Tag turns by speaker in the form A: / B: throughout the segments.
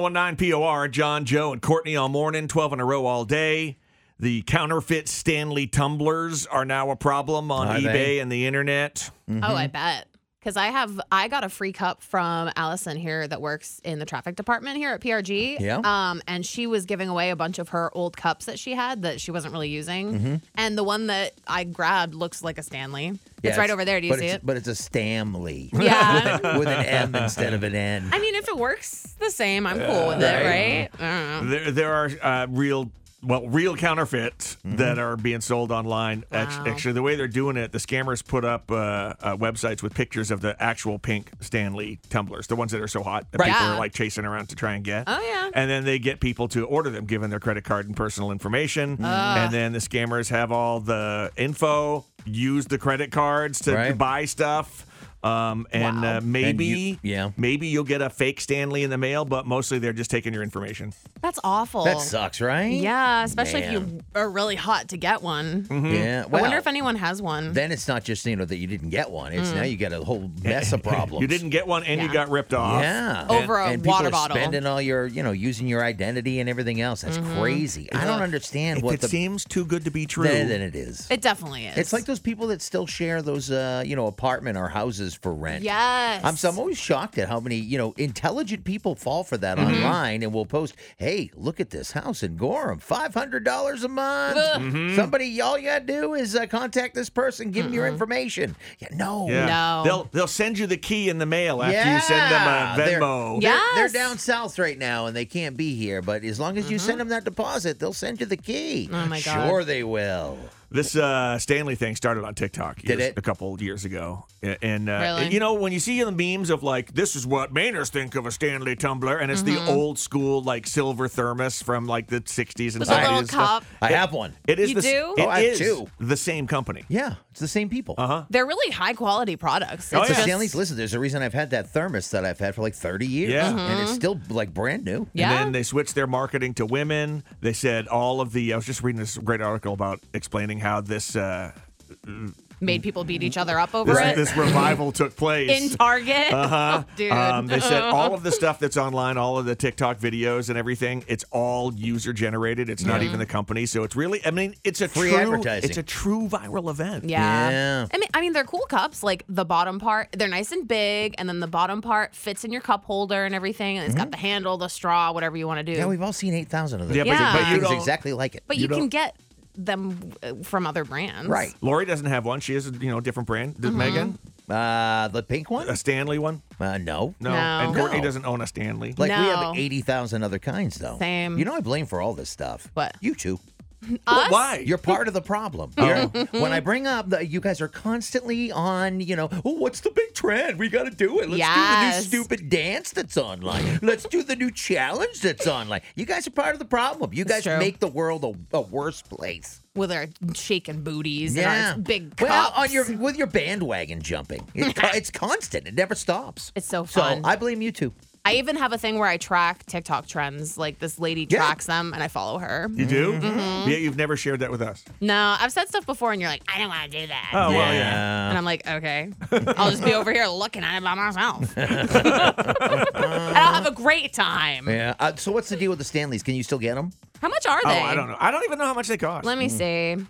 A: 1019 POR, John, Joe, and Courtney all morning, 12 in a row all day. The counterfeit Stanley tumblers are now a problem on
B: Are
A: eBay
B: they?
A: and the internet.
C: Oh,
B: Mm-hmm.
C: I bet. Because I have, I got a free cup from Allison here that works in the traffic department here at PRG.
B: Yeah.
C: Um, and she was giving away a bunch of her old cups that she had that she wasn't really using.
B: Mm-hmm.
C: And the one that I grabbed looks like a Stanley.
B: Yeah,
C: it's right over there. Do you
B: but
C: see
B: it's-
C: it?
B: But it's a Stanley
C: Yeah.
B: with an M instead of an N.
C: I mean, if it works the same, I'm cool with it, right? I don't know.
A: There, there are uh, real, well, real counterfeits
B: Mm-hmm.
A: that are being sold online. Act-
C: Wow.
A: Actually, the way they're doing it, the scammers put up uh, uh, websites with pictures of the actual pink Stanley tumblers, the ones that are so hot that
B: Right.
A: people are
C: Yeah.
A: like chasing around to try and get.
C: Oh, yeah.
A: And then they get people to order them, given their credit card and personal
C: Mm.
A: information. And then the scammers have all the info, use the credit cards to, to
B: Right.
A: buy stuff. Um, and uh, maybe,
B: you- yeah.
A: maybe you'll get a fake Stanley in the mail, but mostly they're just taking your information.
C: That's awful.
B: That sucks, right?
C: Yeah, especially if you
B: Man.
C: are really hot to get one.
A: Mm-hmm.
B: Yeah.
C: I
B: well,
C: wonder if anyone has one.
B: Then it's not just you know that you didn't get one. It's
C: Mm.
B: now you got a whole mess of problems.
A: You didn't get one, and you
C: Yeah.
A: got ripped off.
B: Yeah.
C: Over a
B: and, and people
C: water
B: are
C: bottle.
B: Spending all your, you know, using your identity and everything else. That's
C: Mm-hmm.
B: crazy. I don't understand
A: If
B: what
A: it
B: the
A: seems too good to be true,
B: then it is.
C: it definitely is.
B: It's like those people that still share those, uh, you know, apartment or houses for rent.
C: Yes.
B: I'm, so, I'm always shocked at how many, you know, intelligent people fall for that
C: Mm-hmm.
B: online and will post, hey, look at this house in Gorham, $500 a month.
A: Mm-hmm.
B: Somebody, all you got to do is uh, contact this person, give them your information. Yeah, no.
A: yeah.
C: Mm-hmm. No.
A: they'll they'll send you the key in the mail after you send them
B: Yeah,
A: a
B: they're-
A: Venmo.
C: Yeah.
B: They're, they're
C: Yes. Mm-hmm.
B: down south right now and they can't be here, but as long as you send them that deposit, they'll send you the key.
C: Oh, my God.
B: Sure, they will.
A: This uh, Stanley thing started on TikTok
B: Did
A: years-
B: it?
A: a couple of years ago, A- and, uh,
C: Really?
A: and, you know when you see the memes of like this is what Mainers think of a Stanley tumbler, and it's
C: Mm-hmm.
A: the old school like silver thermos from like the '60s and
C: With the
A: '70s.
C: little
A: and stuff.
C: cup.
B: I have one.
A: It is
C: You
A: the, s-
C: do?
A: it
B: Oh, I have
A: is
B: two.
A: the same company.
B: Yeah, it's the same people. Uh
A: Uh-huh.
B: huh.
C: They're really high quality products.
A: Oh,
C: It's
A: yeah.
C: just-
B: Stanley's, listen, there's a reason I've had that thermos that I've had for like 30 years.
A: Yeah.
B: And it's still like brand new.
C: Mm-hmm. Yeah.
A: And then they switched their marketing to women. They said all of the. I was just reading this great article about explaining how this uh,
C: made people beat each other up over
A: this,
C: it
A: this revival took place.
C: in Target. Uh-huh. Dude.
A: Um, they said all of the stuff that's online, all of the TikTok videos and everything, it's all user generated. It's not even the company, so it's really. I mean, it's a
B: Free
A: true,
B: advertising.
A: It's a true viral event.
C: yeah.
B: Yeah.
C: I mean, I mean, they're cool cups. Like the bottom part, they're nice and big, and then the bottom part fits in your cup holder and everything. And it's got the handle, the straw, whatever you want to do.
B: Yeah, we've all seen 8,000 of them.
A: Yeah,
C: but- Yeah. but you
B: Things
A: don't-
B: exactly like it.
C: but
A: you
C: you,
A: don't-
C: can get them uh, from other brands,
B: right.
A: Lori doesn't have one. She has a you know different brand.
B: Mm-hmm.
A: Does Megan
B: Uh, the pink one?
A: a Stanley one?
B: Uh, no.
A: No.
C: No.
A: And Courtney
B: No.
A: doesn't own a Stanley.
B: Like we
C: No.
B: have 80,000 other kinds, though.
C: Same.
B: You know, I blame for all this stuff.
C: What?
B: You two.
A: But why?
B: You're part of the problem.
C: Oh. Mm-hmm.
B: You're- when I bring up that you guys are constantly on, you know, oh, what's the big trend? We got to do it. Let's
C: Yes.
B: do the new stupid dance that's online. Let's do the new challenge that's online. You guys are part of the problem. You guys
C: That's true.
B: make the world a, a worse place.
C: With our shaking booties and
B: Yeah.
C: our big cups.
B: well, on your with your bandwagon jumping. It, it's constant. It never stops.
C: It's so
B: So
C: fun.
B: I blame you two.
C: I even have a thing where I track TikTok trends. Like this lady
B: Yeah.
C: tracks them, and I follow her.
A: you do? Yeah, you've never shared that with us.
C: No, I've said stuff before, and you're like, I don't want to do that.
A: Oh well, yeah.
C: And I'm like, okay, I'll just be over here looking at it by myself. and I'll have a great time.
B: Yeah. Uh, so what's the deal with the Stanleys? Can you still get them?
C: How much are
A: Oh,
C: they?
A: I don't know. I don't even know how much they cost.
C: Let me see.
B: Mm.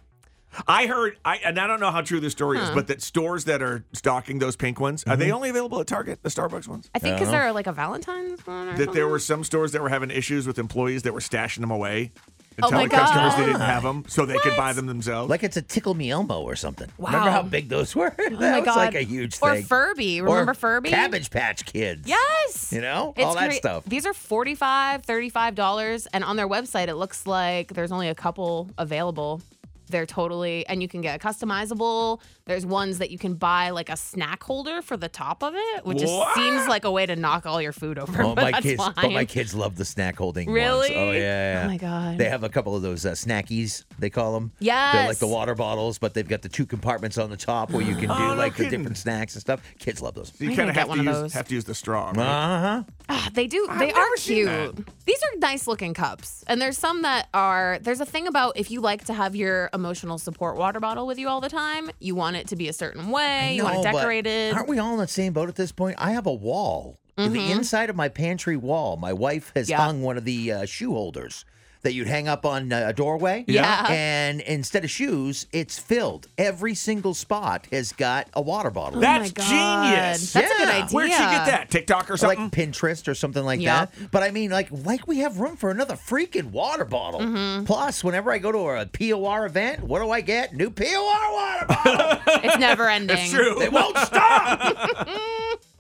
A: I heard, I and I don't know how true this story is, but that stores that are stocking those pink ones are
B: Mm-hmm.
A: they only available at Target, the Starbucks ones?
C: I think because they're like a Valentine's one or
A: That there
C: something.
A: were some stores that were having issues with employees that were stashing them away and
C: Oh my
A: telling customers they
C: God.
A: didn't have them, so they could buy them themselves.
B: Like it's a Tickle Me Elmo or something.
C: Wow.
B: Remember how big those were? Oh that
C: Oh my
B: was
C: god,
B: like a huge
C: or
B: thing.
C: Furby.
B: Or
C: Remember Furby?
B: Cabbage Patch Kids.
C: Yes.
B: You know, all that
C: cra-
B: stuff.
C: These are $45, $35. And on their website, it looks like there's only a couple available. They're totally, and you can get a customizable. There's ones that you can buy like a snack holder for the top of it, which just
A: What?
C: seems like a way to knock all your food over.
B: Oh,
C: but
B: my
C: that's
B: kids! But
C: fine.
B: my kids love the snack holding ones.
C: Really?
B: Oh yeah, yeah.
C: Oh, my God.
B: They have a couple of those uh, snackies. They call them. They're like
C: Yes.
B: the water bottles, but they've got the two compartments on the top where you can do
A: Oh, no
B: like the
A: kidding.
B: different snacks and stuff. Kids love those.
A: So you
C: I'm
A: kind
C: gonna
A: of
C: get
A: have to
C: one of
A: use
C: those.
A: have to use the straw. right?
B: Uh huh.
C: Ah, they do. they are
A: never seen that.
C: cute. These are nice looking cups. And there's some that are, there's a thing about if you like to have your emotional support water bottle with you all the time, you want it to be a certain way, you want it
B: No, but
C: decorated.
B: Aren't we all in the same boat at this point? I have a wall In the inside of my pantry wall, my wife has
C: Yeah.
B: hung one of the uh, shoe holders that you'd hang up on uh, a doorway.
A: Yeah.
C: Yeah.
B: And instead of shoes, it's filled. Every single spot has got a water bottle.
C: Oh
A: That-
C: my
A: That's
C: God.
A: genius.
C: That's a good
B: Yeah.
C: idea.
A: Where'd she get that? TikTok or
B: like
A: something?
B: Pinterest or something like
C: Yeah.
B: that. But I mean, like, like we have room for another freaking water bottle. Plus, whenever I go to a POR event, what do I get? New POR water bottle.
C: It's never ending.
A: it's true.
B: they won't stop.